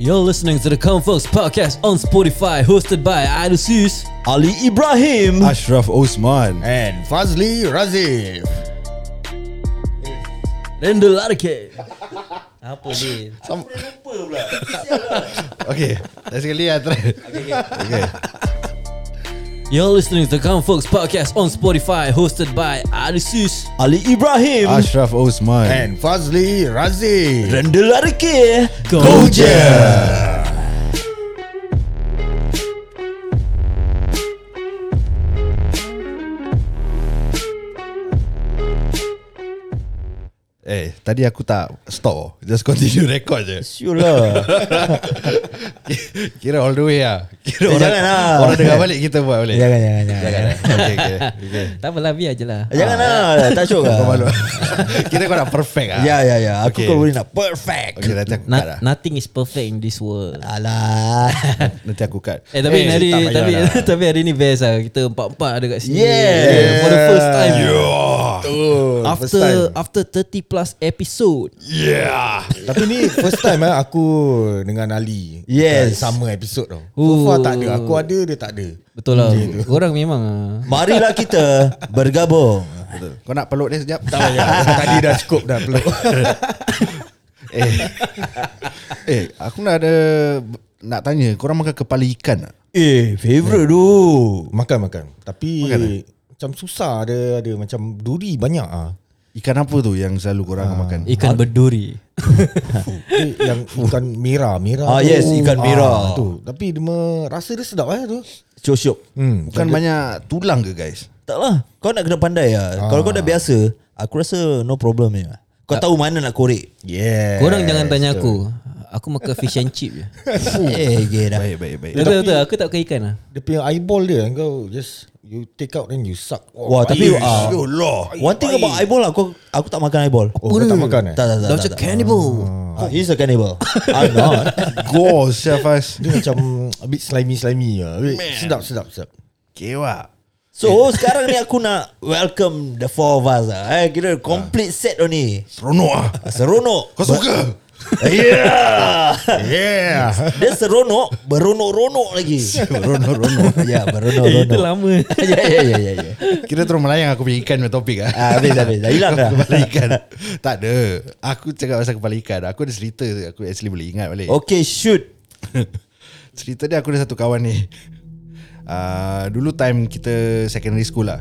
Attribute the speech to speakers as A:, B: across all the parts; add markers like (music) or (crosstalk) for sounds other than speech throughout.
A: You're listening to the Come Folks podcast on Spotify, hosted by Adusis,
B: Ali Ibrahim
C: Ashraf Osman
B: and Fazli Razif.
A: dan The Larke. Apa ni?
B: Okay, dah sekali lah try.
A: You're listening to the Come Folks podcast on Spotify, hosted by Adusis.
B: Ali Ibrahim
C: Ashraf
B: Eh,
C: Osman
D: And Fazli Razi
B: Rendel Arke
A: Go
C: Eh tadi aku tak stop Just continue record je
B: Sure lah
C: Kira all the way lah
B: Eh,
C: Kira orang,
B: jangan lah.
C: orang dengar balik kita buat balik
B: Jangan jangan jangan
C: Jangan eh? okay, okay,
B: (laughs)
C: okay.
A: Tak apalah, biar je lah.
B: Jangan lah Tak syok
C: Kau malu
B: lah
C: Kira kau nak perfect lah
B: Ya ya ya Aku
C: Okay.
B: kau boleh nak perfect
C: Okay nanti aku cut
A: Na-
C: lah
A: nothing is perfect in this
B: Eh,
A: world.
B: Alah (laughs)
C: Nanti aku cut
A: Eh tapi eh, hari
C: tak payah
A: tapi
C: lah.
A: (laughs) tapi hari ni best lah. Kita empat-empat ada kat sini.
B: Yeah.
A: For the first time.
C: Yeah
B: Oh, first
A: After
B: time.
A: after 30 plus episode.
C: Yeah
D: Tapi ni first time eh, Aku dengan Ali
B: Yes.
D: Eh, Sama episod tau
A: Ooh.
D: So far tak ada Aku ada dia tak ada
A: Betul lah. Orang memang ah.
B: Marilah kita bergabung
C: Betul. Kau nak peluk dia sekejap
D: Tak
C: (laughs)
D: (laughs) payah Ya, Tadi dah cukup dah peluk
C: Eh Eh aku nak ada Nak tanya Korang makan kepala ikan tak?
B: Eh favourite tu
D: Ya. Makan makan Tapi
C: Makan, eh?
D: Macam susah ada ada Macam duri banyak ah.
C: Ikan apa tu yang selalu korang makan?
A: Ikan berduri.
D: Eh, yang ikan merah merah
B: Ah,
D: tu. Ah,
B: yes, ikan merah.
D: tu tapi dia me- rasa dia sedap eh tu
B: Syok-syok
D: hmm
C: Bukan banyak tulang ke guys?
B: Tak lah Kau nak kena pandai lah Kalau kau dah
C: Ah.
B: biasa Aku rasa no problem ni lah. Kau tahu mana nak
C: (laughs)
B: korek
D: yeah
A: Korang jangan tanya aku. Aku makan fish and chip
C: (laughs)
A: je.
B: Eh gila
C: Baik baik baik.
A: Betul betul aku tak makan ikan lah.
D: dia punya eyeball dia kau just you take out then you suck Oh,
B: Wah tapi ah,
C: Yo lah.
B: One thing about eyeball lah Aku, aku tak makan eyeball
D: oh, kau tak makan eh
B: Tak tak tak, tak,
A: That's a
B: tak.
A: cannibal.
B: Ah, He's a cannibal I'm not
C: (laughs) Go Syafas.
D: Dia macam A bit slimy-slimy lah Wait, Sedap sedap sedap
C: Kewa.
B: So sekarang ni aku nak Welcome the four of us lah eh, Kira complete set ni
C: Seronok ah.
B: Seronok
C: Kau suka?
B: (laughs) Yeah
D: (laughs)
C: (laughs)
D: Yeah
B: Dia seronok Beronok-ronok lagi Beronok-ronok (laughs)
A: Eh,
B: Ya
A: itu
B: beronok-ronok
A: (laughs)
C: (laughs)
A: lama.
B: (laughs) Ya ya ya ya ya.
C: Kira terus melayang aku punya ikan punya topik ah.
B: Ah, habis, habis. Dah hilang dah.
C: (laughs) Kepala ikan. tak ada. Aku cakap pasal kepala ikan. Aku ada cerita aku actually boleh ingat balik.
B: Okay shoot
C: Cerita dia aku ada satu kawan ni uh, Dulu time kita secondary school lah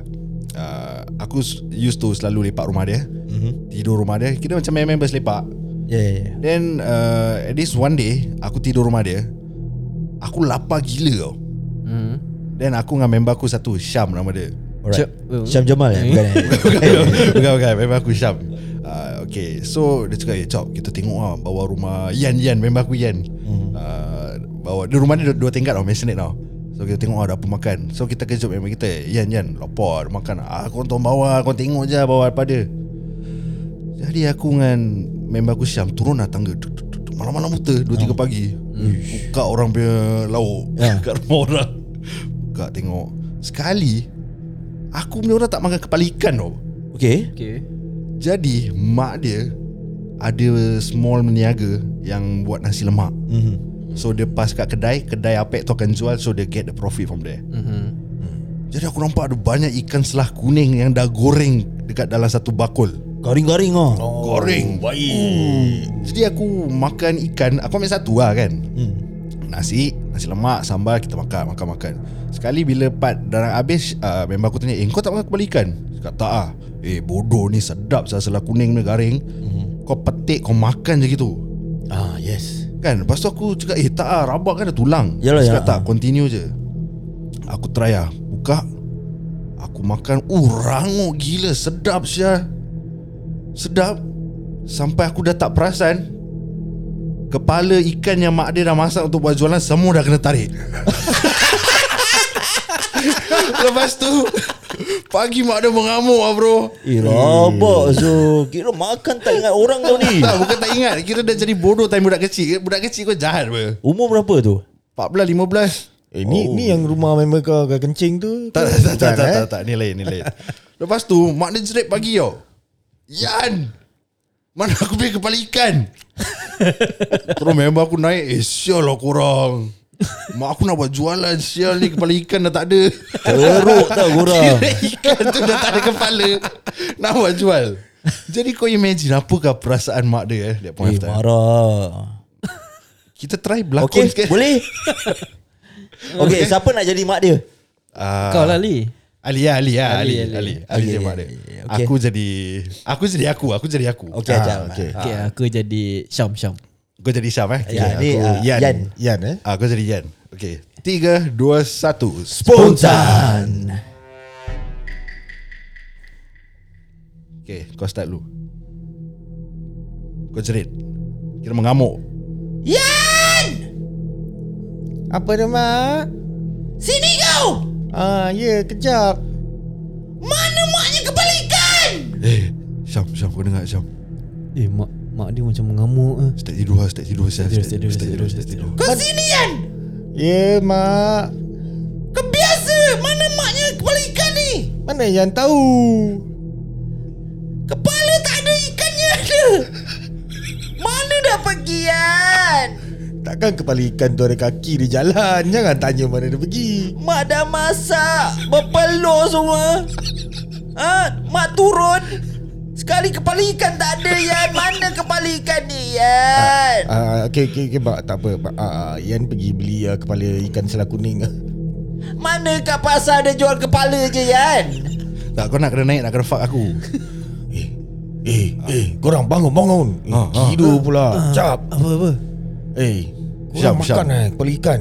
C: uh, Aku s- used to selalu lepak rumah dia
B: Mhm.
C: mm-hmm. Tidur rumah dia Kita macam main-main berlepak
B: Ya ya ya
C: Then uh, at least one day Aku tidur rumah dia Aku lapar gila tau
A: Hmm.
B: Mhm.
C: Then aku dengan member aku satu Syam nama dia
B: Alright.
A: Syam-
B: Syam Jamal ya? Bukan eh?
C: Bukan bukan Member aku Syam uh, Okay So dia cakap Eh Chop kita tengok lah Bawah rumah Yan Yan Member aku Yan uh, Bawah dia Rumah dia dua, dua tingkat tau Maisonette tau So kita tengok lah ada apa makan So kita kejut member kita Yan Yan Lapar ada makan ah, Kau tuan bawah Kau tengok je bawah apa dia Jadi aku dengan Member aku Syam Turun lah tangga Tuk, tuk, tuk, tuk. Malam-malam buta Dua tiga pagi Buka orang punya lauk (laughs) Kat rumah orang Buka tengok Sekali Aku punya orang tak makan kepala ikan tau
B: Okay
A: Okay.
C: jadi mak dia ada small meniaga yang buat nasi lemak.
B: Mhm.
C: So dia pas kat kedai, kedai apek tu akan jual so dia get the profit from there.
A: Mhm.
C: Jadi aku nampak ada banyak ikan selah kuning yang dah goreng dekat dalam satu bakul.
B: Garing-garing oh.
C: Goreng. Hmm.
D: Baik
C: Jadi aku makan ikan, aku ambil satu lah kan. Nasi, nasi lemak, sambal kita makan, makan, makan. Sekali bila part darang habis, uh, member aku tanya, "Eh, kau tak makan kepala ikan?" Dia Cakap tak ah. Eh, bodoh ni sedap sah selah kuning ni garing. Kau petik kau makan je gitu.
B: Ah yes
C: Kan Lepas tu aku cakap Eh tak lah Rabak kan ada tulang
B: Yalah,
C: Dia Cakap
B: yalah.
C: tak Continue je Aku try lah Buka Aku makan Uh rangup gila Sedap Syah Sedap Sampai aku dah tak perasan Kepala ikan yang mak dia dah masak Untuk buat jualan Semua dah kena tarik (laughs) Lepas tu Pagi mak dia mengamuk lah bro
B: Eh rabak so Kira makan tak ingat orang tau
C: (laughs)
B: ni
C: Tak bukan tak ingat Kira dah jadi bodoh Time budak kecil Budak kecil kau jahat apa
B: Umur berapa tu?
C: 14, 15
D: Eh ni, ni yang rumah member kau Kau kencing tu
C: (laughs) Tak tak tak tak,
D: Bukan,
C: tak,
D: eh?
C: tak, tak. Ni lain ni lain (laughs) Lepas tu (laughs) Mak dia jerit pagi tau Yan Mana aku punya kepala ikan Terus member aku naik Eh sial lah korang Mak aku nak buat jualan Sial ni kepala ikan dah tak ada
B: Teruk tau
C: (laughs)
B: korang
C: Kira (laughs) ikan tu dah tak ada kepala Nak buat jual Jadi kau imagine Apakah perasaan mak dia eh, That
B: Eh
C: point of time
B: marah
C: Kita try berlakon
B: Okay
C: sikit
B: boleh Okay siapa nak jadi mak dia
C: Ah,
A: Kau lah Lee
C: Ali ya Ali ya Ali
A: Ali,
C: Ali
A: Ali.
C: Ali, Ali
B: Okay,
C: dia mak dia
B: okay.
C: Aku jadi Aku jadi aku Aku jadi aku
B: Okay
C: Ah,
B: Ajam
D: okay.
A: Okay aku jadi Syam Syam
C: Kau jadi Syam eh
B: Ya, ni,
C: aku
B: ah,
C: Yan,
B: Yan.
D: Yan eh
C: Ah, Kau jadi Yan Okay Tiga Dua Satu
B: Spontan
C: Okay kau start dulu Kau jerit Kira mengamuk
D: Apa dia mak?
B: Sini kau
D: Ah ya yeah, kejap
B: Mana maknya kebalikan
C: Eh Syam Syam kau dengar Syam
A: Eh mak mak dia macam mengamuk ah.
C: Start tidur lah Start tidur Syam
A: Tidur,
C: Start
A: tidur,
C: tidur Start
A: tidur,
C: tidur Start tidur
B: Kau sini Yan
D: Ya yeah, mak
B: Kau biasa Mana maknya kepala ikan ni
D: Mana yang tahu
B: Kepala tak ada ikannya ada Mana dah pergi Yan
D: Takkan kepala ikan tu ada kaki dia jalan (laughs) Jangan tanya mana dia pergi
B: Mak dah masak Berpeluh semua ha? Mak turun Sekali kepala ikan tak ada Yan Mana kepala ikan ni Yan
D: Ah, okay, okay, okay, mak, tak apa mak, ah, Yan pergi beli ah, kepala ikan selah kuning (laughs) ah.
B: Mana kat pasar dia jual kepala je Yan
C: Tak kau nak kena naik Nak kena fuck aku
D: Eh, eh, eh, korang bangun, bangun eh,
C: Ah, ah.
D: Gila pula, cap
A: Apa apa?
D: Eh,
C: Syam,
D: korang makan
C: Syam.
D: eh, kepala ikan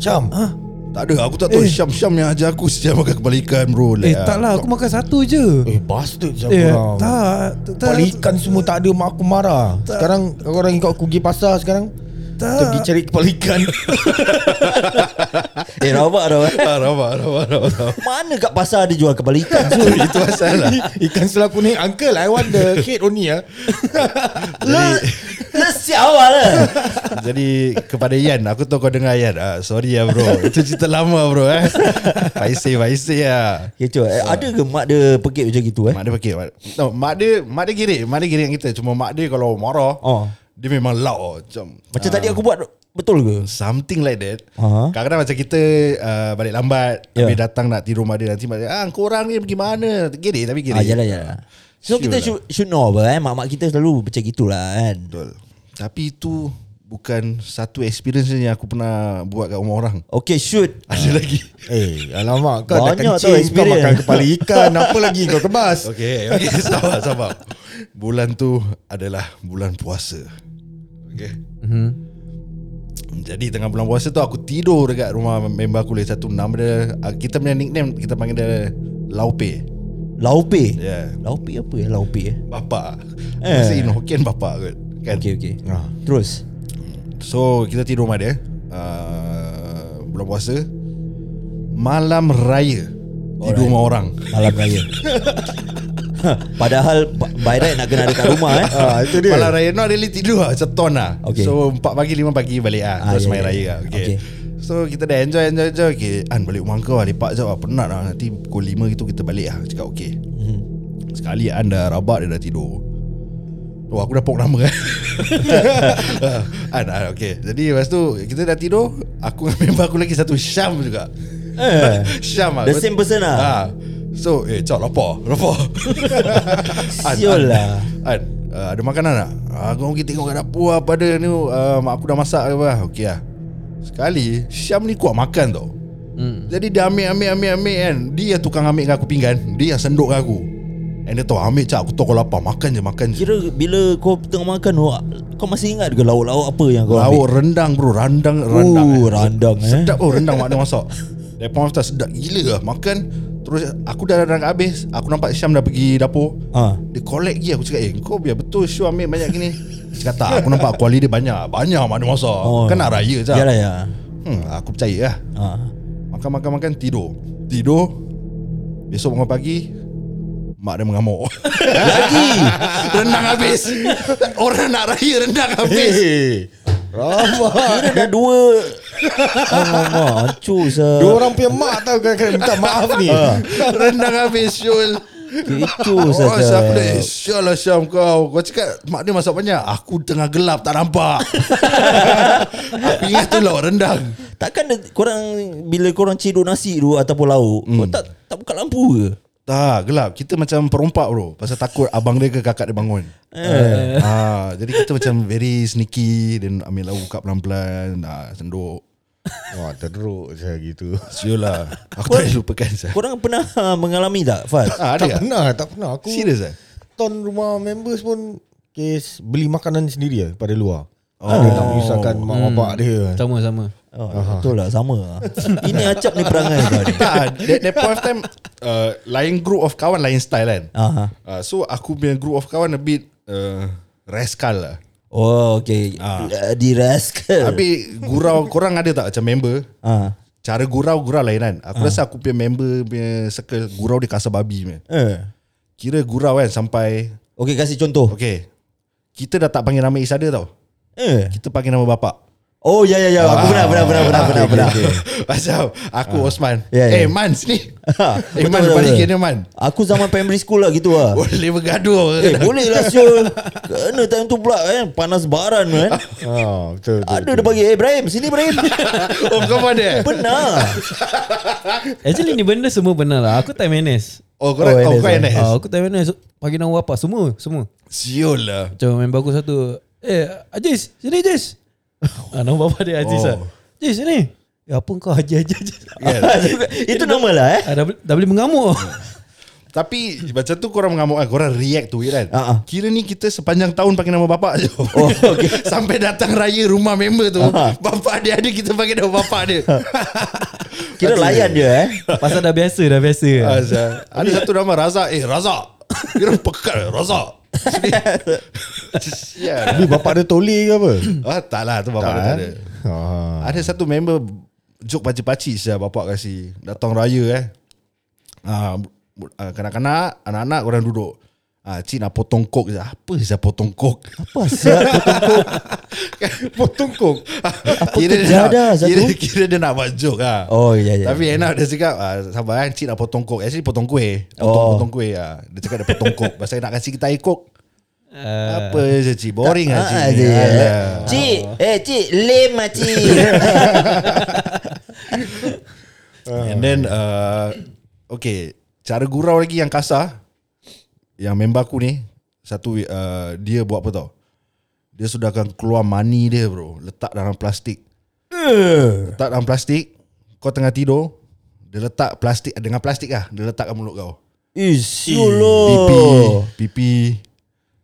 D: Syam
A: Ah,
C: Tak ada Aku tak tahu Syam-Syam yang ajar aku Setiap makan kepala ikan bro
A: eh tak lah aku makan satu je.
D: Eh, bastard Syam
A: Eh
D: korang
A: tak tak
D: Kepala ikan semua tak ada Mak aku marah Sekarang Korang ingat aku pergi pasar sekarang Kita pergi cari kepala ikan
B: (laughs) Eh rabak dah
C: Ah, rabak, rabak, rabak,
B: (laughs)
C: rabak.
B: Mana kat pasar dia jual kepala ikan (laughs) tu
C: Itu asal lah
D: (laughs) Ikan selah kuning Uncle I want the head only ya.
B: Le Le siapa lah
C: Jadi kepada Yan Aku tahu kau dengar Yan ah, Sorry ya bro Itu cerita lama bro eh Paisih paisih ya
B: Kecoh eh, Ada ke mak dia pekik macam gitu eh
C: Mak dia pakai mak, no, mak dia Mak dia girik Mak dia girik dengan kita Cuma mak dia kalau marah
B: Oh.
C: Dia memang loud oh. Macam
B: Macam tadi aku buat Betul ke
C: Something like that
B: Aha.
C: Kadang-kadang macam kita uh, Balik lambat
B: Ya.
C: yeah. Habis datang nak tidur mak dia Nanti mak dia Ah korang ni pergi mana Girik tapi
B: Ah,
C: girik
B: jalan jalan. So
C: Sure
B: kita
C: lah.
B: should, should know apa eh Mak-mak kita selalu macam gitulah kan
C: Betul Tapi itu Bukan satu experience yang aku pernah Buat kat rumah orang
B: Okay shoot
C: Ada lagi
D: Eh alamak Kau dah
B: Banyak tau
D: kencing Kau
B: experience.
D: makan kepala ikan Apa lagi kau
C: (laughs)
D: kebas
C: Okay, okay, sabar, sabar. Bulan tu adalah bulan puasa. Okay.
A: Mhm.
C: Jadi tengah bulan puasa tu aku tidur dekat rumah member aku lagi satu nama dia ah, kita punya nickname kita panggil dia Laupe.
B: Laupe
C: Ya. Yeah.
B: Laupe apa ya Laupe eh
C: Bapa.
B: Eh.
C: Eh. Masa in Hokkien bapa kot. Kan.
B: Okay okay
D: Ah.
B: Terus
C: So kita tidur rumah dia. Uh, bulan puasa malam raya tidur rumah orang.
B: Malam raya Ha, (laughs) Padahal ba- By right nak kena ada kat rumah eh
D: Ah, itu dia
C: Malam raya Not really tidur lah Macam ton lah
B: Okay.
C: okay. So 4 pagi 5 pagi balik lah
B: Ah,
C: Terus
B: yeah,
C: main
B: yeah,
C: raya
B: yeah.
C: lah okay.
B: Okay.
C: So kita dah enjoy enjoy enjoy Okay An balik rumah kau lah Lepak sekejap lah Penat lah Nanti pukul 5 gitu kita balik lah Cakap okay Sekali An dah rabak Dia dah tidur Oh aku dah pok nama kan (laughs) An, an okay Jadi lepas tu Kita dah tidur Aku dengan member aku lagi satu Syam juga
B: Eh.
C: Syam lah
B: The same person lah.
C: ha. So eh cak lapar
B: (laughs)
C: Lapar
B: Siol lah.
C: An, uh, ada makanan tak? Uh, kau pergi tengok kat dapur apa ada ni uh, Mak aku dah masak ke apa Okey lah Sekali Syam ni kuat makan tau
A: Hmm.
C: Jadi dia ambil ambil ambil ambil kan Dia yang tukang ambil dengan aku pinggan Dia yang senduk dengan aku And dia tahu ambil cak aku tahu kau lapar Makan je makan je
B: Kira bila kau tengah makan wak, Kau masih ingat ke lauk-lauk apa yang kau
C: Lauk rendang bro Rendang rendang
B: Oh, rendang, eh.
C: Sedap oh rendang mak dia masak That point of time sedap gila lah Makan Terus aku dah rendang habis Aku nampak Syam dah pergi dapur
B: Ah.
C: Dia collect lagi aku cakap Eh kau biar betul Syam ambil banyak gini Dia cakap tak aku nampak kuali dia banyak Banyak mak dia masak
B: Oh.
C: oh. Kan nak raya je
B: ambil Yalah ya
C: hmm, Aku percaya lah
B: ah.
C: Makan makan makan tidur Tidur Besok bangun pagi Mak dia mengamuk
B: (laughs) Lagi
C: Rendang habis Orang nak raya rendang
B: Eh,
C: habis
D: Hey
B: Kira
D: Ramah
B: dah dua Alamak Hancur sah
D: Dua orang punya mak tau Kena minta maaf ni
C: Rendang Ha. habis Syul
D: Kecoh
C: Oh,
D: saja.
C: Syam aku dah eh, Syam lah Syam kau Kau cakap Mak dia masak banyak Aku tengah gelap Tak (laughs) nampak Aku ingat tu lauk rendang
B: Takkan dia, korang bila korang ciduk nasi tu ataupun lauk, hmm. kau tak tak buka lampu ke?
C: Tak gelap Kita macam perompak bro Pasal takut abang dia ke kakak dia bangun eh. ah, Jadi kita macam Very sneaky Then ambil lauk buka pelan-pelan ah, Senduk
D: Wah teruk saya gitu.
C: Siul lah Aku tak boleh lupakan Syam
B: Korang pernah (laughs) ha, mengalami tak, Faz?
C: ah, (laughs)
D: tak
C: Ada tak?
D: pernah, tak pernah. Aku
C: Serius lah
D: ton rumah members pun kes beli makanan sendiri lah pada luar. Oh. Dia tak menyusahkan mak
C: Hmm.
D: bapak dia.
A: Sama-sama
B: Oh, betul lah sama lah. Ini acap ni perangai kau ni.
C: Tak That, that point of time uh, Lain group of kawan Lain style kan
B: Aha.
C: uh, So aku punya group of kawan A bit uh, Rascal lah
B: Oh okay ah. Di rascal
C: Habis gurau (laughs) Korang ada tak macam member
B: ah.
C: Cara gurau-gurau lain kan Aku rasa aku punya member punya circle Gurau dia kasar babi punya.
B: eh.
C: Kira gurau kan sampai
B: Okay kasih contoh
C: Okay Kita dah tak panggil nama istana tau
B: eh.
C: Kita panggil nama bapak (laughs)
B: Oh ya ya ya Aku pernah pernah pernah pernah pernah pernah
C: Pasal aku Osman
B: Ya, ya.
C: Eh Man sini Eh
B: (laughs) Betul,
C: Man
B: betul,
C: balik
B: betul.
C: kena Man
B: Aku zaman primary school lah gitu lah
C: Boleh bergaduh
B: Eh boleh lah siul Kena time tu pula kan Panas baran kan
D: Ah, betul, betul.
B: Ada dia bagi Eh Ibrahim sini Ibrahim
C: (laughs) Oh kau
B: (laughs)
C: pun ada eh?
B: Pernah
C: (laughs)
A: Actually ni benda semua benar lah Aku time NS
C: Oh kau oh, kau NS
B: eh.
A: Ah, Aku time NS Pagi nama apa Semua Semua
C: Siul lah
A: Macam member aku satu Eh Aziz Sini Aziz ah, Nama bapa dia Aziz
C: Oh.
A: lah Aziz sini Ya apa kau Haji Haji
C: (laughs)
A: Haji
B: Itu normal lah eh
A: ah, dah, boleh- dah boleh mengamuk (laughs)
C: Tapi macam tu korang mengamuk kan Korang react to it kan
B: Ah, ah.
C: Kira ni kita sepanjang tahun pakai nama bapak je (laughs) oh, okay. Sampai datang raya rumah member tu
B: Ah.
C: Bapak dia ada kita pakai nama bapak dia
B: Kira layan dia eh
A: Pasal dah biasa Dah biasa
C: Azal. Ada satu nama Razak Eh Razak Kira pekat eh
B: (laughs)
C: Razak (laughs) Sedih. Sial.
D: Beli bapak dia toleh ke
C: (coughs)
D: apa?
C: Ya. ah, Tak lah tu bapak dia
B: eh.
C: tak ada
D: Ah.
C: Ada satu member Jok pacik-pacik saya bapak kasi Datang raya eh ah, bu- ah, Kanak-kanak Anak-anak orang duduk ah, Cik nak potong kok Saya, Apa saya potong kok
B: Apa siap
C: (laughs) Potong kok Kira
B: tu
C: dia
B: jadah
C: nak,
B: satu?
C: kira, kira dia nak buat joke lah
B: Oh ya ya
C: Tapi enak dia cakap ah, Sabar kan Cik nak potong kok Actually potong kuih Potong,
B: Oh.
C: potong kuih ah. Dia cakap dia potong kok Pasal nak kasi kita air kok Apa je cik Boring lah cik
B: Ah,
C: ni.
B: dia.
C: Alah.
B: Cik Eh cik Lem lah cik
C: And then uh, Okay Cara gurau lagi yang kasar Yang member aku ni Satu uh, Dia buat apa tau Dia sudah akan keluar mani dia bro Letak dalam plastik
B: Eh,
C: Letak dalam plastik Kau tengah tidur Dia letak plastik Dengan plastik lah Dia letak kat mulut kau
B: Ish
C: Pipi
B: Yolo
C: Pipi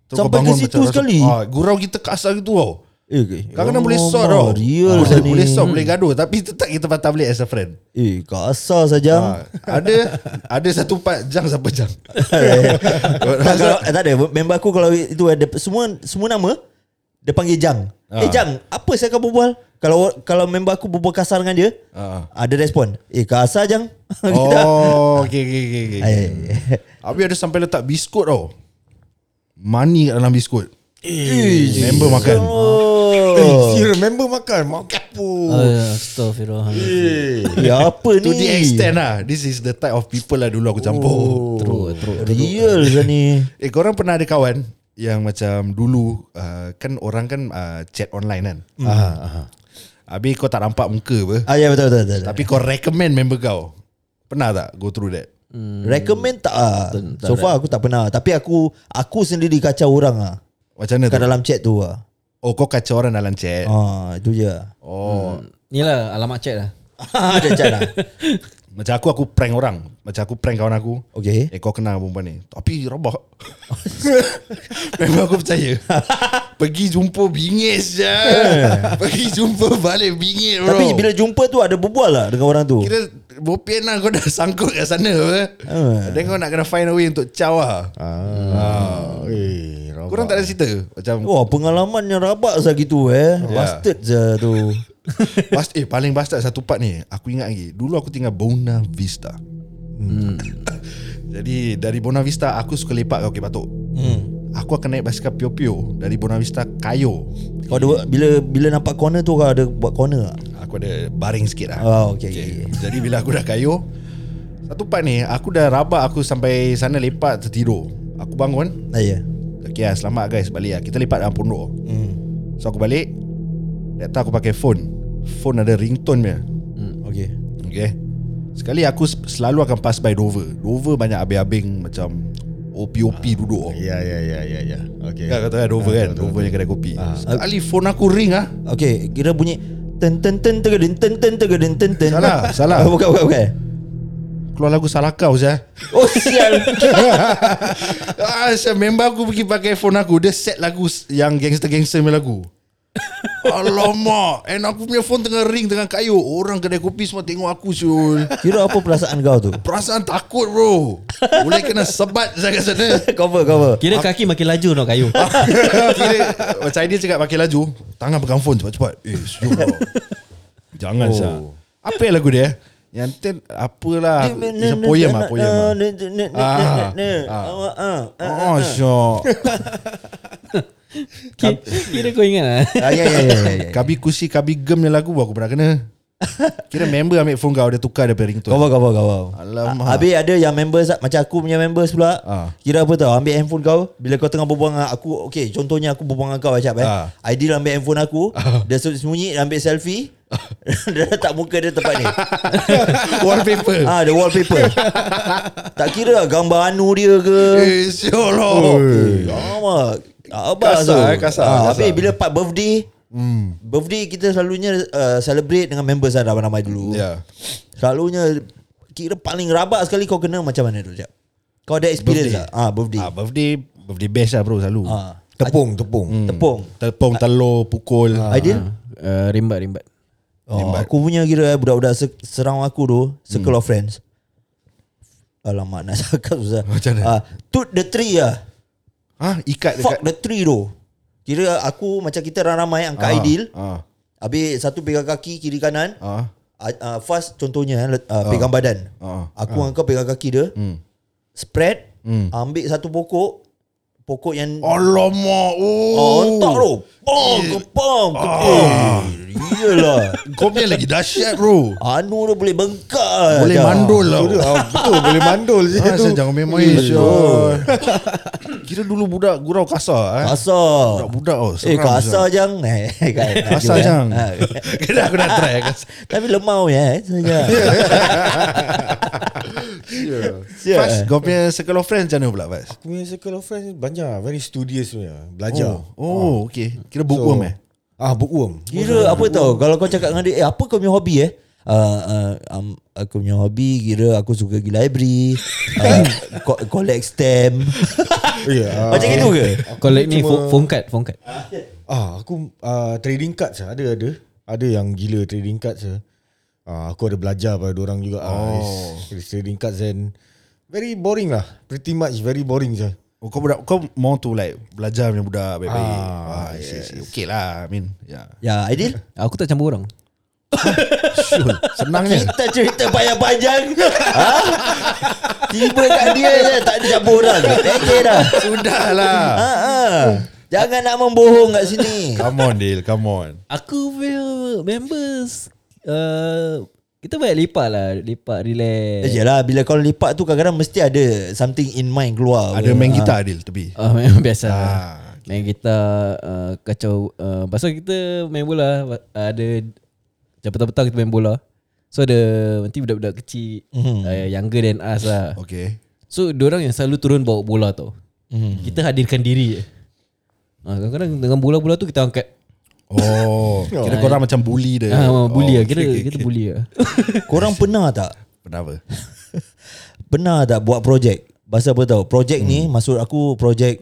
C: Tu
B: Sampai ke situ
C: macam rasa-
B: sekali?
C: ah, Gurau kita kasar gitu tau
B: Eh,
C: Kau kena boleh sort tau
B: Real
C: Boleh,
B: lah ni
C: boleh sort Boleh gaduh Tapi (laughs) tetap kita patah balik as a friend
B: Eh kasar saja
C: Ah, (laughs) ada ada satu part jang siapa jang.
B: tak, kalau, Eh, tak ada Member aku kalau itu ada Semua semua nama Dia panggil Jang
C: Ah.
B: Eh Jang Apa saya akan berbual Kalau kalau member aku berbual kasar dengan dia
C: Ah.
B: Ada respon Eh kasar Jang
C: (laughs) oh, okey okey okey okey.
B: Eh,
C: Habis ada sampai letak biskut tau. Mani kat dalam biskut. Member makan.
D: Oh. Si remember makan Mak
C: Oh.
D: kapu
A: Astaghfirullahaladzim
B: eh, apa ni
C: (laughs) To the extent lah This is the type of people lah dulu aku campur
A: Teruk teruk
B: Real lah ni
C: Eh korang pernah ada kawan Yang macam dulu uh, Kan orang kan uh, chat online kan hmm.
D: Aha, aha.
C: Habis kau tak nampak muka apa
B: Ah ya betul betul, betul, betul.
C: Tapi kau recommend member kau Pernah tak go through that? Hmm.
B: Recommend tak ah.
A: tak
B: So far aku tak pernah Tapi aku Aku sendiri kacau orang ah.
C: Macam mana
B: Kat
C: tu?
B: dalam chat tu ah.
C: Oh kau kacau orang dalam chat
B: Ah, itu je.
C: Ya.
B: (laughs)
C: Oh
A: Ni lah alamat chat lah
B: Ada chat lah.
C: Macam aku aku prank orang Macam aku prank kawan aku (laughs)
B: Okay.
C: Eh kau kenal perempuan ni Tapi rabak (laughs) Memang aku percaya (laughs) Pergi jumpa bingis je Pergi jumpa balik bingit bro
B: Eh. Tapi bila jumpa tu ada berbual lah dengan orang tu.
C: Kira bopian lah kau dah sangkut kat sana apa
B: Eh.
C: Dan kau nak kena find a way untuk caw lah
D: Ah. Eh,
C: Korang tak ada cerita Macam
B: Wah pengalaman yang rabak sah gitu eh.
C: Ya.
B: Bastard je tu.
C: bas, Eh paling bastard satu part ni Aku ingat lagi Dulu aku tinggal Bona Vista Hmm. (laughs) Jadi dari Bona Vista Aku suka lepak kat Bukit Batok Aku akan naik basikal pio-pio Dari Bona Vista Kayo
B: Kau ada buat- bila bila nampak corner tu kau ada buat corner tak? Ah,
C: Aku ada baring sikit lah
B: Oh, okay, okay, okay.
C: Jadi bila aku dah kayu Satu part ni Aku dah rabak Aku sampai sana lepak tertidur Aku bangun
B: Ah, ya.
C: Okay lah selamat guys Balik lah Kita lepak dalam pondok hmm. So aku balik That time aku pakai phone Phone ada ringtone dia
B: Okey.
C: Okay Sekali aku s- selalu akan pass by Dover Dover banyak abing-abing Macam OP-OP duduk
D: Ya ya ya ya ya. Ah, Okey.
C: Kan kata kan Dover kan Dover yang kedai kopi
D: Ah.
C: Sekali phone aku ring ah
B: Okey, kira bunyi ten ten ten tegedin ten ten tegedin ten ten.
C: Salah,
B: (laughs)
C: salah.
B: Oh, bukan bukan bukan.
C: Keluar lagu salah kau
D: (laughs)
C: saya
B: Oh sial.
C: (laughs) ah, saya member aku pergi pakai phone aku Dia set lagu s- yang gangster-gangster punya
D: (laughs)
C: lagu Alamak And aku punya phone tengah ring Tengah kayu Orang kedai kopi semua tengok aku
D: (laughs)
C: Syul
B: Kira apa perasaan kau
C: (laughs)
B: tu?
C: Perasaan takut bro Boleh kena sebat saya kat sana
B: Cover cover.
A: Kira kaki makin laju nak (laughs) kayu
C: Kira Macam dia cakap pakai laju Tangan pegang phone cepat-cepat Eh Syul lah. Jangan oh. sah Apa yang lagu dia eh? Yang ten Apalah It's a poem lah Poem lah Ah. Oh syok
A: Kira, kira kau ingat (laughs) lah
B: (laughs) Ah, ya ya ya ya.
C: Kabi kusi Kabi gem ni lagu Aku pernah kena Kira member ambil phone kau Dia tukar daripada ringtone
B: Cover cover cover.
C: Alamak.
B: Habis ada yang members macam aku punya members pula.
C: Ah.
B: Kira apa tau ambil handphone kau bila kau tengah berbual dengan aku okey contohnya aku berbual dengan kau Acap eh.
C: Ah.
B: Aidil ambil handphone aku, dia sembunyi dia ambil selfie. (laughs) dia letak muka dia tempat
C: (laughs)
B: ni.
C: Wallpaper
B: Ah, the
C: (laughs)
B: wallpaper. tak kira lah gambar anu dia ke.
C: Eh syok lah
B: Oh, eh, Lama. Apa
C: Kasar, eh, kasar,
B: Ah,
C: kasar.
B: Habis bila part birthday, hmm. birthday kita selalunya uh, celebrate dengan members lah ramai-ramai dulu.
C: Ya.
B: Selalunya kira paling rabak sekali kau kena macam mana tu, Jap? Kau ada experience
C: Birthday.
B: tak? Ah, birthday.
C: ah, Birthday Birthday best lah bro selalu
B: Ah. Hmm.
D: Tepung tepung.
B: Tepung.
C: Telepong telur Pukul
B: Aidil?
A: uh, Rimbat rimbat
B: Oh, aku punya kira eh, budak-budak se- serang aku tu,
C: Hmm.
B: circle of friends. Alamak nak cakap susah.
C: Macam mana?
B: Ah, toot the tree lah.
C: Ah, Ikat
B: Fuck
C: dekat
B: the tree tu Kira aku macam kita ramai-ramai Angkat
C: Ah,
B: Aidil
C: ah,
B: Habis satu pegang kaki kiri kanan uh.
C: ah,
B: Uh, Fast contohnya eh, let- uh, Pegang badan
C: Ah.
B: Aku uh. kau pegang kaki dia
C: Hmm.
B: Spread Ambil satu pokok Pokok yang oh.
C: Alamak
B: Oh,
C: oh. Ah.
B: tak tu Pom Kepom Kepom Eh, Iyalah
C: Kau punya lagi dahsyat bro
B: Anu dia boleh bengkak
C: Boleh
B: dah.
C: mandul lah
D: Betul, ah, betul boleh mandul je
C: Ah,
D: tu.
C: saya jangan main-main syok. (laughs) Kira dulu budak gurau kasar eh.
B: Kasar
C: Budak-budak oh,
B: Eh
C: seram,
B: kasar jang (laughs) Eh, kan,
C: Kasar
B: kan.
C: jang.
B: Ah.
C: (laughs) Kena aku nak try kasar.
B: Tapi lemau ya eh,
C: (laughs)
B: Saja Sial.
C: Fas, kau punya circle of friends macam mana pula Fas?
D: Aku punya circle of friends banyak very studious punya belajar.
C: Oh, oh okay. Kira bookworm eh?
D: Ah bookworm.
B: Kira apa tau Kalau kau cakap dengan dia Eh apa kau punya hobi eh Uh, uh, um, aku punya hobi Kira aku suka pergi
C: (laughs)
B: library uh, co- Collect stamp (laughs)
D: Ya. ah,
B: Macam itu ke?
A: Collect ni fo- phone card Phone card
D: Ah, aku uh, trading cards lah. ada ada. Ada yang gila trading cards lah. Ah, aku ada belajar pada orang juga. Oh. Ah, it's- it's trading cards and very boring lah. Pretty much very boring je.
C: Oh, kau budak kau mau tu like belajar punya budak baik-baik. Ah,
D: Ah,
C: yes. Okay lah, I mean. Yeah.
B: Ya Aidil
A: Aku tak campur orang
C: Sure. Senangnya. (laughs)
B: Kita cerita panjang-panjang ha? Tiba kat dia je Tak ada campur orang Pendek dah
C: Sudahlah.
B: ha, ha. Jangan nak membohong kat sini
C: Come on, Dil. Come on.
A: Aku punya members uh, Kita banyak lepak lah Lepak relax
B: Yalah bila kau lepak tu Kadang-kadang mesti ada Something in mind keluar Ha.
C: Ada main gitar, Dil,
A: (laughs)
C: tepi.
A: Ah, memang biasa.
C: Ah,
A: Main gitar uh, kacau uh, pasal kita main bola wa- ada jam petang-petang kita main bola. So ada nanti budak-budak kecil mm-hmm. uh, younger than us lah.
C: Okay.
A: So diorang yang selalu turun bawa bola tau. Mm-hmm. Kita hadirkan diri je. Ah, kadang-kadang dengan bola-bola tu kita angkat.
C: Oh, kira korang macam bully dia.
A: Ah, bully
C: oh,
A: lah. Kira
C: okay, okay,
A: kita
C: (laughs) okay.
A: bully lah.
B: Korang pernah tak
C: Kenapa?
B: Pernah tak buat projek? Pasal apa tahu? Projek hmm. ni maksud aku projek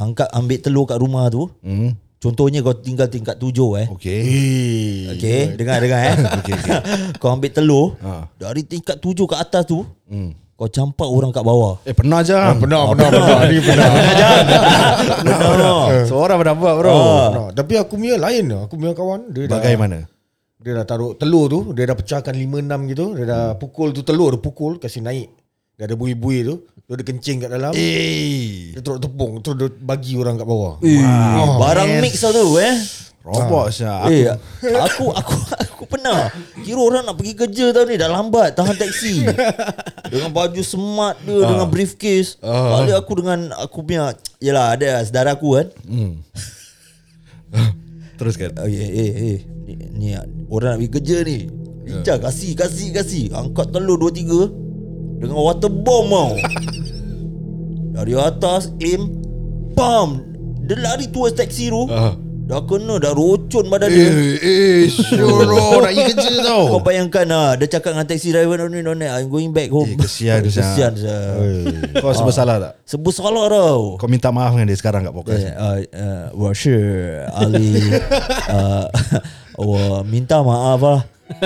B: angkat ambil telur kat rumah tu.
C: Hmm.
B: Contohnya kau tinggal tingkat tujuh eh.
C: Okay.
B: Okay, okay. dengar dengar (laughs) eh. okay, okay. kau ambil telur ha. dari tingkat tujuh ke atas tu. Hmm. Kau campak orang kat bawah.
C: Eh, pernah je.
D: Ah, pernah, pernah, pernah. Ni pernah.
B: Benar.
C: Seorang pernah buat, bro.
D: Pernah. Oh, Tapi aku punya lain lah. Aku punya kawan. Dia dah,
C: Ah. Bagaimana?
D: Dia dah taruh telur tu. Dia dah pecahkan 5-6 gitu. Dia dah pukul tu telur. Dia pukul. Kasih naik. Dia ada buih-buih tu. Dia ada kencing kat dalam.
C: Eh.
B: Eh,
D: Dia teruk tepung Terus dia bagi orang kat bawah
B: Barang mix lah tu eh.
C: Robot sia.
B: Eh, Oh, aku aku aku pernah kira orang nak pergi kerja tau ni dah lambat tahan (laughs) taksi. dengan baju smart dia dengan briefcase. Uh. Kali aku dengan aku punya yalah ada lah, saudara aku kan.
C: Teruskan.
B: Eh eh eh, eh. Ni, ni orang nak pergi kerja ni.
C: Ya.
B: Ija kasih kasih kasih angkat telur dua tiga dengan water bomb tau.
C: (laughs)
B: Dari atas aim pam dia lari towards taksi tu.
C: Ah.
B: Dah kena dah rocun badan dia.
C: Eh, eh, syuruh nak pergi kerja tau.
B: Kau bayangkan lah Dia cakap dengan taxi driver No, no, no, no I'm going back home
C: Eh, kesian dia.
B: (laughs) Kesian saya
C: Eh. Kau rasa bersalah tak?
B: Sebut salah tau
C: Kau minta maaf dengan dia sekarang kat podcast.
B: Eh, uh, uh, Well sure (laughs) Ali uh, Wah, Minta maaf (laughs) lah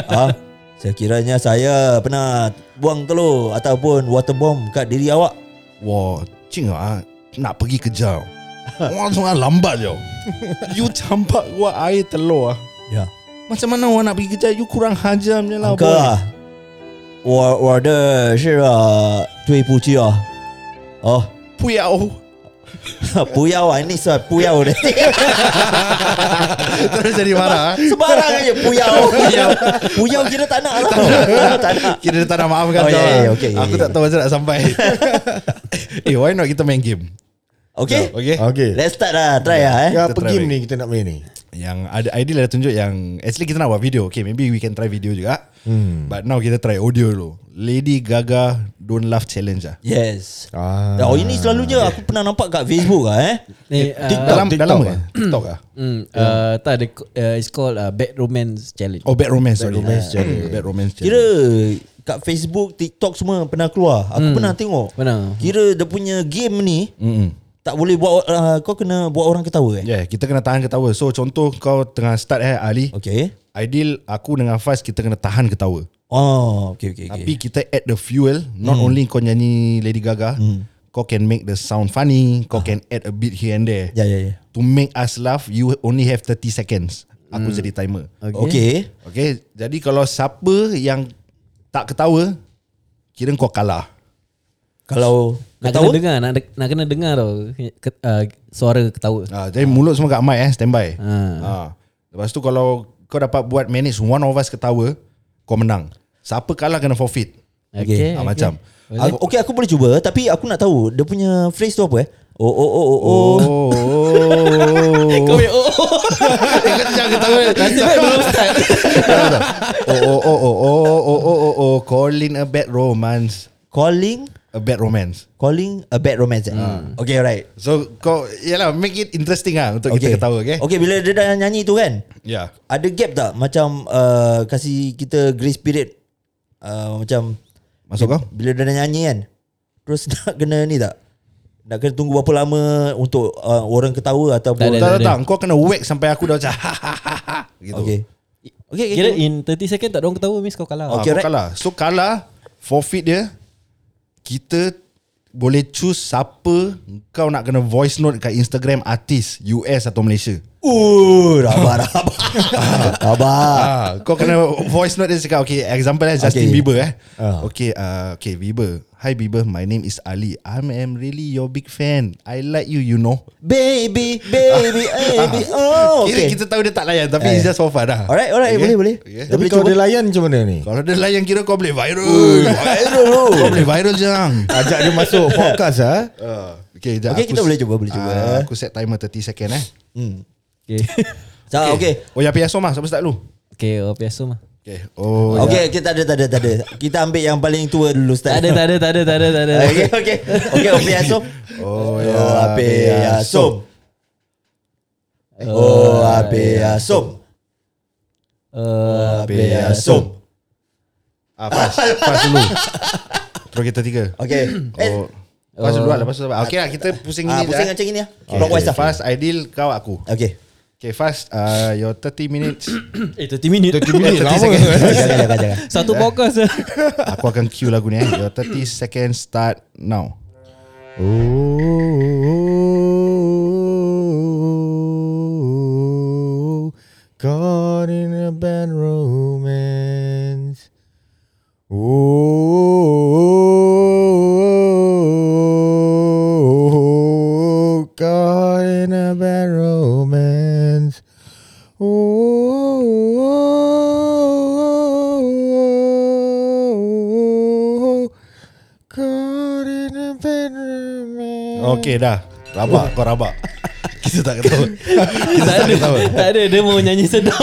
B: ah, Saya kiranya saya Pernah Buang telur Ataupun water bomb Kat diri awak
C: Wah, cing ah nak pergi kerja. Wah, tu ah lambat je. (laughs) You campak gua air telur ah.
B: Ya
C: Macam mana awak nak pergi kerja? You kurang hajar punya lah. boy.
B: uh, 哥，我我的是推不去哦，哦，Oh, (laughs)
C: Puyau.
B: ah, (laughs) 不要啊，你说不要的，
C: Terus jadi marah. ah.
B: Sebarang aja puyau. Puyau. Puyau kira tak nak lah. tak nak.
C: Kira dia tak nak maafkan
B: Oh,
C: tau.
B: ya, ya, ya, okay,
C: Aku
B: ya,
C: tak tahu macam nak sampai. (laughs) eh, why not kita main game?
B: Okay.
C: Okay.
D: Okay
B: Let's start lah. Try lah eh.
D: Ah, Ya
C: Kita
D: apa
C: try
D: game
C: baik.
D: ni kita nak main ni
C: Yang ada ideal dah tunjuk yang actually kita nak buat video. Okay, maybe we can try video juga. Hmm. But now kita try audio dulu. Lady Gaga Don't Laugh Challenge lah.
B: Yes.
D: Ah.
B: Oh ini selalunya aku pernah nampak kat Facebook lah eh.
A: Ni uh,
C: dalam
D: TikTok
C: dalam
D: ah.
C: ke? TikTok ah.
A: mm, uh, tak ada uh, it's called uh, bad romance challenge.
C: Oh, Bad Romance. Bad
D: Romance Challenge.
C: Bad Romance
B: Kira kat Facebook, TikTok semua pernah keluar. Aku pernah tengok.
A: Pernah.
B: Kira dia punya game ni
C: Mm-mm.
B: tak boleh buat uh, kau kena buat orang ketawa eh.
C: Yeah, kita kena tahan ketawa. So contoh kau tengah start eh Ali.
B: Okay.
C: Ideal aku dengan Faz kita kena tahan ketawa.
B: Oh, okay okay okay. Hmm.
C: Tapi kita add the fuel Not only kau nyanyi Lady Gaga Kau can make the sound funny Kau can add a bit here and there
B: Ah. ya ya ya.
C: To make us laugh You only have 30 seconds Aku jadi timer
B: Hmm. Okay. okay.
C: okay Jadi kalau siapa yang Tak ketawa Kira kau kalah
B: Kalau
A: Nak kena
B: ketawa
A: dengar nak, de- nak kena dengar tau ke, uh, suara ketawa.
C: ha,
B: Ah.
C: Jadi mulut semua kat mic eh
A: Ah.
C: Standby ha. Lepas tu kalau Kau dapat buat manage One of us ketawa Kau menang Siapa kalah kena forfeit
A: Okay.
C: ha, Macam
B: Aku, okay aku boleh cuba tapi aku nak tahu dia punya phrase tu apa eh? Oh oh oh oh oh.
C: Oh, oh, oh. Eh, kau jangan ketawa. Nanti belum start. Oh, oh, oh, oh, oh, oh, oh, oh, oh, calling a bad romance.
B: Calling
C: A bad romance.
B: Calling a bad romance. Hmm. Okay, alright.
C: So, kau, yalah, make it interesting lah untuk okay. kita ketawa, okay? Ya.
B: Okay, bila dia dah nyanyi tu kan,
C: Yeah.
B: ada gap tak? Macam uh, kasih kita grace period. Uh, macam
C: Masuk kau?
B: bila dia dah nyanyi kan, terus (laughs) nak kena ni tak? Nak kena tunggu berapa lama untuk uh, orang ketawa
C: Tak,
B: ataupun...
A: ada,
C: tak,
A: ada.
C: tak. Kau kena whack sampai aku dah macam (laughs) gitu.
B: Okay. Okay, okay.
A: Kira in 30 second tak ada orang ketawa miss kau kalah.
C: Ah,
B: Okay,
C: kau
B: right.
C: kalah. So, kalah, forfeit dia, kita boleh choose siapa kau nak kena voice note kat Instagram artis US atau Malaysia.
A: (laughs)
B: Uh, rabak, rabak. rabak.
C: Ah, kau kena voice note dia cakap okay example eh
B: Okay.
C: Justin Bieber eh.
D: Ah.
C: Okay uh, okay Bieber. Hi Bieber, my name is Ali. I am really your big fan. I like you, you know.
B: Baby, baby,
C: (laughs)
B: baby. Oh, okay.
C: Kira
B: Eh.
C: kita tahu dia tak layan tapi it's just for fun lah.
B: Alright, alright.
C: Okay?
B: Boleh, boleh.
C: Okay.
D: Tapi
B: boleh
D: kalau
B: cuba.
D: dia layan macam mana ni
C: Kalau dia layan kira kau boleh viral. viral. kau boleh viral jang.
D: Ajak dia masuk podcast ah.
C: Uh, okay, jap,
B: Okay, kita
C: s-
B: boleh cuba, boleh cuba. eh.
C: Ah, aku set timer 30 second eh.
A: Okay.
B: So, okay.
C: Oh ya Piaso mah, siapa start dulu?
A: okay, oh, biasa mah.
C: Okay. Oh.
B: Okay, okay, tak ada, tak ada, tak ada. Kita ambil yang paling tua dulu
A: ya. Tak ada,
B: start.
A: tak ada, tak ada, tak ada, tak ada.
B: (laughs) Okay, okay. Okay, Opi Asom.
C: Oh, ya,
B: Oh, Api Asom. Oh, Api Asom. Oh,
A: Uh,
B: Api Asom.
C: Ah, pas, pas dulu. Terus kita tiga.
B: Okay. Eh,
C: Oh. Lepas dulu lah Lepas tu lepas. Okay lah kita pusing
B: ah,
C: ini
B: pusing macam ini lah. Clockwise lah.
C: Fast ideal kau aku
B: Okay.
C: Okay fast uh, Your 30 minutes
A: eh 30 minit.
D: (laughs)
A: (laughs)
C: 30 minutes lama
B: Eh, Jangan, jangan, jangan.
A: Satu podcast lah.
C: (coughs) Aku akan cue lagu ni eh Your 30 seconds start now (laughs)
D: Oh, (laughs) caught in a bad romance. Oh, caught in a bad romance. (laughs)
C: Okay dah Rabak kau rabak (laughs) Kita tak ketawa Kita
A: tak
C: tak
A: ada
C: ketawa
A: Tak ada Dia mau nyanyi sedap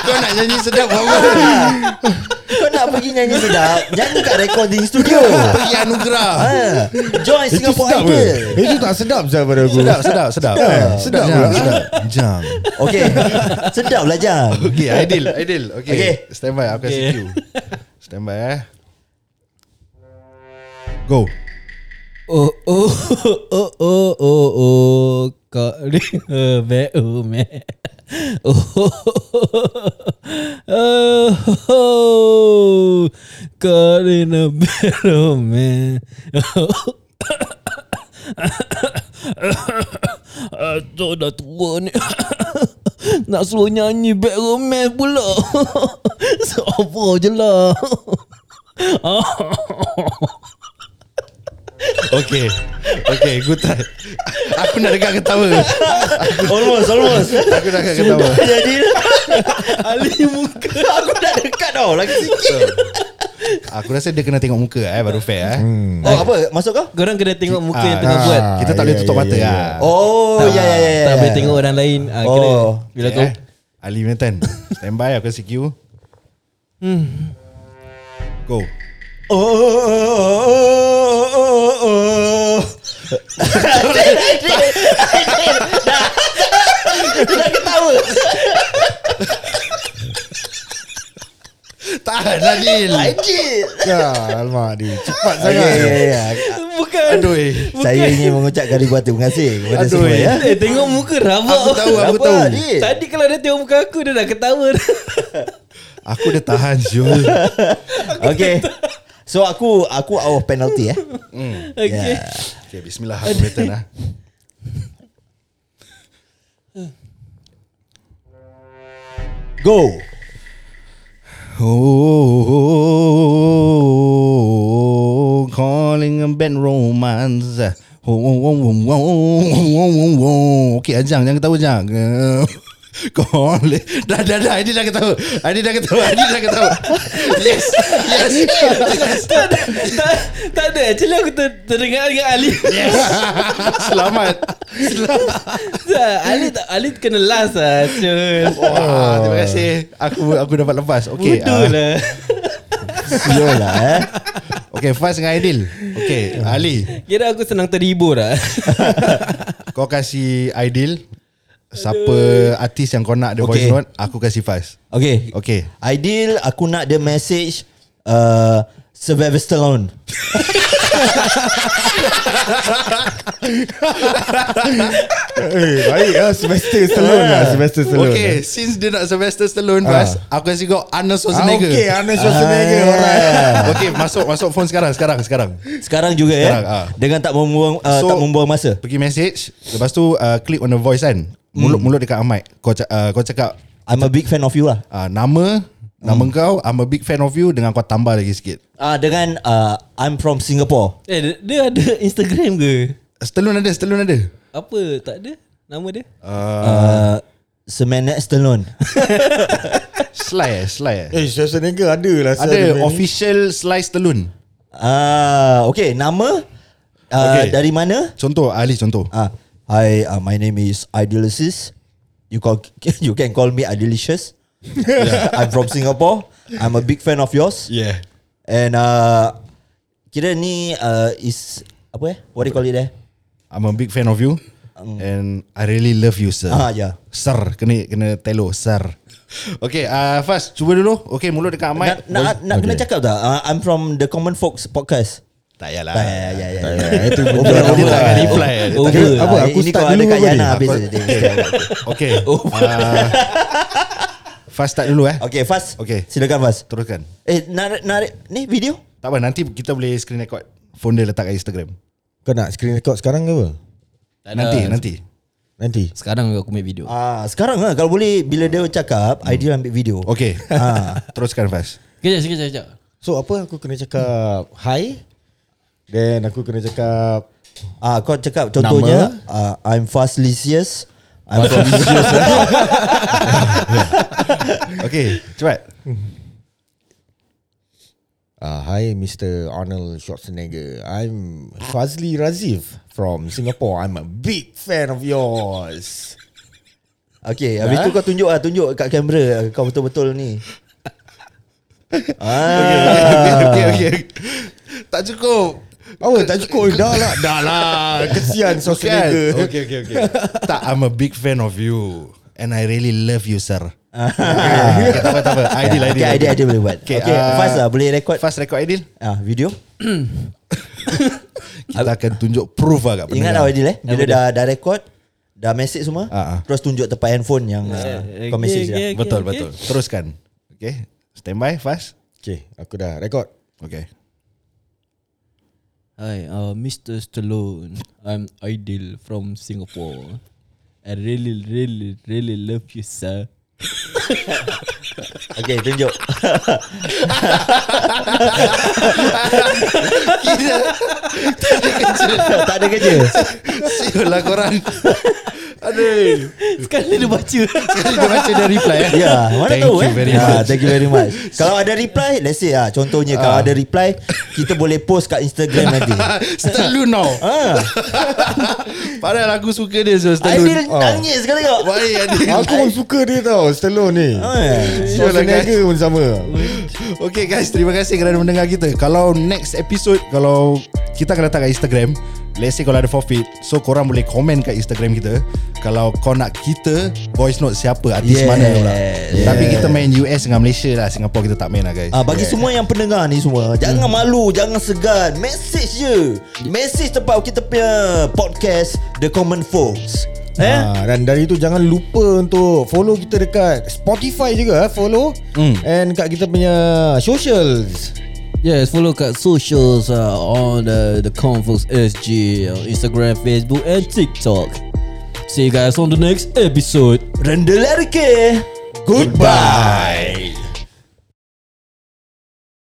C: Kau nak nyanyi sedap buat apa
B: (laughs) Kau nak pergi nyanyi sedap Nyanyi kat recording (laughs) studio
C: Pergi anugerah
B: ha. Join
C: Eh,
D: Itu
B: Singapore
D: sedap ke?
B: Idol
D: Itu tak sedap saya pada aku
C: Sedap sedap sedap
D: sedap
C: Jam,
D: pula.
C: sedap. Jam
B: Okay Sedap lah Jam
C: Okay Aidil Aidil Okay,
B: Okay.
C: Stand by Aku
A: Okay.
C: kasih cue Stand by eh Go
A: Oh oh oh oh oh oh Kau ni Be ume Oh oh oh oh Kau Oh, ni na be ume Aku dah tua ni Nak suruh nyanyi back romance pula Siapa je lah
C: Okay Okay good try Aku nak dengar ketawa
B: Almost Almost
C: Aku nak dengar ketawa
B: Jadi (laughs)
A: Ali muka
B: Aku dah dekat tau Lagi sikit
C: Aku rasa dia kena tengok muka eh Baru fair eh
B: Oh apa Masuk kau
A: Korang kena tengok muka yang
C: Ah,
A: tengah buat Ya,
C: Kita tak boleh tutup mata lah
B: Oh ya ya ya
A: Tak
B: ya,
A: boleh
B: ya.
A: tengok orang lain ah, kira
B: Oh.
A: Bila
C: Okay,
A: kau
C: eh. Ali Mantan Stand by aku kasih cue Go
B: Oh, oh, oh, oh, oh, oh.
C: Tahan lah Dil
B: Anjir
D: Ya, Alamak dia Cepat
B: Ya
D: sangat
B: ya ya
A: Bukan
C: Aduh eh.
B: Saya ingin mengucapkan ribuan terima kasih kepada
C: Aduh,
B: semua
C: eh. (laughs)
B: ya.
A: Eh tengok muka rabak
C: Aku tahu aku
B: Rabak,
C: tahu
B: Dil.
A: Tadi kalau dia tengok muka aku Dia dah ketawa (laughs)
C: Aku dah tahan Syul
B: Okay. So aku aku out of penalty Ya. eh.
A: Okay
B: Yeah.
C: (laughs) Okay bismillah Ali Mantan lah
B: Go.
C: Oh, calling a bad romance. Oh, oh, oh, oh, oh, oh, oh, oh, oh. Okay, Ajang, jangan ketawa, Ajang. (laughs) Eh, Calling. Dah, dah, dah. Adi dah ketawa. Adi dah ketawa. Adi dah ketawa. (laughs) Yes. Yes. Yes.
A: Eh, tak, ada, tak, tak ada Actually aku ter, terdengar dengan Ali
C: yes. Selamat. Selamat.
A: Tak, (laughs) Ali tak, Ali kena last lah Cun
C: Oh, eh, Wah, terima kasih. Aku aku dapat lepas. Okay. ah,
A: Bodoh lah
B: Slow lah eh.
C: okay, Faz dengan Aidil. Okay, Ali.
A: Kira aku senang terhibur lah (laughs)
C: Kau kasih Aidil Siapa artis yang kau nak Dia okay. voice
B: Okay.
C: note Aku kasih Faz
B: Okay.
C: Okay
B: Ideal aku nak dia message uh, Sylvester Stallone.
D: Eh baik lah Semester Stallone lah Semester Stallone
C: Ah. Okay Since dia nak Sylvester Stallone Faz Aku kasih kau Arnold
D: Ah,
C: Schwarzenegger
D: okay, Arnold Schwarzenegger.
B: Ah.
D: Alright.
C: okay masuk masuk phone sekarang Sekarang sekarang
B: Sekarang juga ya.
C: Sekarang, ah.
B: Dengan tak membuang uh,
C: So-
B: tak membuang masa.
C: Pergi message Lepas tu uh, Click on the voice kan
D: Hmm.
C: Mulut-mulut dekat mic Kau, ca- uh, kau cakap
B: I'm a big fan of you lah.
C: uh, Nama Nama
D: Hmm.
C: kau I'm a big fan of you Dengan kau tambah lagi sikit
B: Ah uh, dengan uh, I'm from Singapore.
A: Eh dia- dia ada Instagram ke?
C: Stallone ada Stallone ada
A: Apa tak ada? Nama dia?
C: Ah.
B: Uh, Semenet Stallone. (laughs)
C: Sly eh Sly eh
D: Eh Schwarzenegger ada lah saya
C: Ada
D: ni.
C: official Sly Stallone
B: Ah uh, okay, nama uh, okay.
C: Okay.
B: dari mana?
C: Contoh Ali contoh
B: Ah, hi, uh, my name is Idealicious. You call, (laughs) you can call me Idealicious. (laughs) I'm from Singapore. I'm a big fan of yours.
C: Yeah
B: And uh, kira ni uh, is apa eh? What do you call it there?
C: I'm a big fan of you and I really love you sir.
B: Mm. Ah, yeah.
C: Sir kena kena telo sir. Okay, uh, Faz cuba dulu. Okay, mulut dekat
B: Nak,
C: mic.
B: nak, nak kena cakap tak? Uh, I'm from the Common Folks podcast.
C: tak payahlah.
B: Ah, ya, ya, ya. ya.
D: Itu
B: Over,
D: betul
B: over.
C: Dia tak akan reply.
A: Oh,
C: Dia tak-
A: Over.
D: Apa
B: Ah,
D: aku
B: ini
D: start
B: kau ada
D: dulu
B: kat Yana
D: apa
B: habis.
C: Aku-
B: dia-
C: okay.
B: dia- (laughs)
C: Okay. Uh, Faz start dulu eh.
B: Okay, Faz.
C: Okay.
B: Silakan Faz.
C: Teruskan.
B: Eh, narik, narik. Ni video?
C: Tak apa, nanti kita boleh screen record. Phone dia letak kat Instagram.
D: Kau nak screen record sekarang ke apa?
A: Tak ada.
C: Nanti, nanti.
D: Nanti
A: Sekarang aku ambil video
B: Ah, sekarang lah kalau boleh bila dia cakap, ideal ambil video.
C: Okay.
B: Ah.
C: (laughs) Teruskan Faz.
A: Kejap kejap kejap
D: So apa aku kena cakap Hi Then aku kena cakap
B: Ah, kau cakap contohnya ah, I'm fast Lysias I'm from
C: Okay, cepat.
D: Uh, hi, Mr. Arnold Schwarzenegger. I'm Fazli Razif from Singapore. I'm a big fan of yours.
B: Okay Habis
D: Ha?
B: tu kau tunjuk lah Tunjuk kat kamera Kau betul-betul ni Ah.
C: (laughs) Okay, okay, okay. Tak cukup.
D: Oh, tak cukup. dah
B: (laughs)
D: lah. Dah lah. Kesian
C: (laughs)
D: Schwarzenegger.
C: Bukan. Okay, okay, okay. tak, I'm a big fan of you. And I really love you, sir. okay, tak apa, tak apa. Ideal, ideal.
B: Okay Aidil Aidil boleh buat Okay,
C: ah,
B: fast lah Boleh record
C: Fast record, Aidil.
B: ah, Video
C: Kita akan tunjuk proof lah kat
B: Ingat
C: pendengar.
B: lah Aidil eh Bila dah, dah record Dah message semua
C: Ah, ah.
B: Terus tunjuk tempat handphone Yang ah, kau
A: Eh,
B: message
A: okay,
B: lah
A: okay,
C: Betul,
A: okay.
C: betul. Teruskan. Okay. Stand by, fast.
D: Okay, aku dah record.
C: Okay.
A: Hi, uh, Mr. Stallone. I'm Aidil from Singapore. I really, really, really love you, sir.
B: Okay
D: (laughs)
B: tunjuk (laughs) Tak ada kerja
C: Siul lah (laughs) korang. Aduh.
A: Sekali dia baca.
C: Sekali dia baca dia reply eh. (laughs)
B: Ya, mana
C: Thank
B: tahu
C: you
B: eh.
C: very
B: Ya,
C: much.
B: thank you
C: (laughs)
B: very much. kalau ada reply, let's say ah, contohnya kalau ada reply, kita boleh post kat Instagram
C: (laughs)
B: nanti.
C: Stelun now.
B: Ah,
C: (laughs) Padahal aku suka dia so
B: Aidil
C: Stelun.
B: nangis sekarang kau.
C: Baik Aidil. lah,
D: Aku pun suka dia tau, Stallone ni.
B: Ah.
D: Schwarzenegger pun sama.
C: Okay guys Terima kasih kerana mendengar kita Kalau next episode Kalau kita akan letak kat Instagram Let's say kalau ada forfeit So korang boleh komen kat Instagram kita Kalau kau nak kita Voice note siapa Artis
B: Yes.
C: mana pula
B: Yes.
C: Tapi kita main US dengan Malaysia lah Singapore kita tak main lah guys
B: Ah, bagi semua yang pendengar ni semua
C: Hmm.
B: Jangan malu Jangan segan Message je Message tempat kita punya Podcast The Common Folks Eh
D: Ah, dan dari itu jangan lupa untuk follow kita dekat Spotify juga eh, follow mm. and kat kita punya socials.
A: Yes, follow kat socials uh, on the the Convox SG on uh, Instagram, Facebook, and TikTok. See you guys on the next episode.
B: Rendelarike Goodbye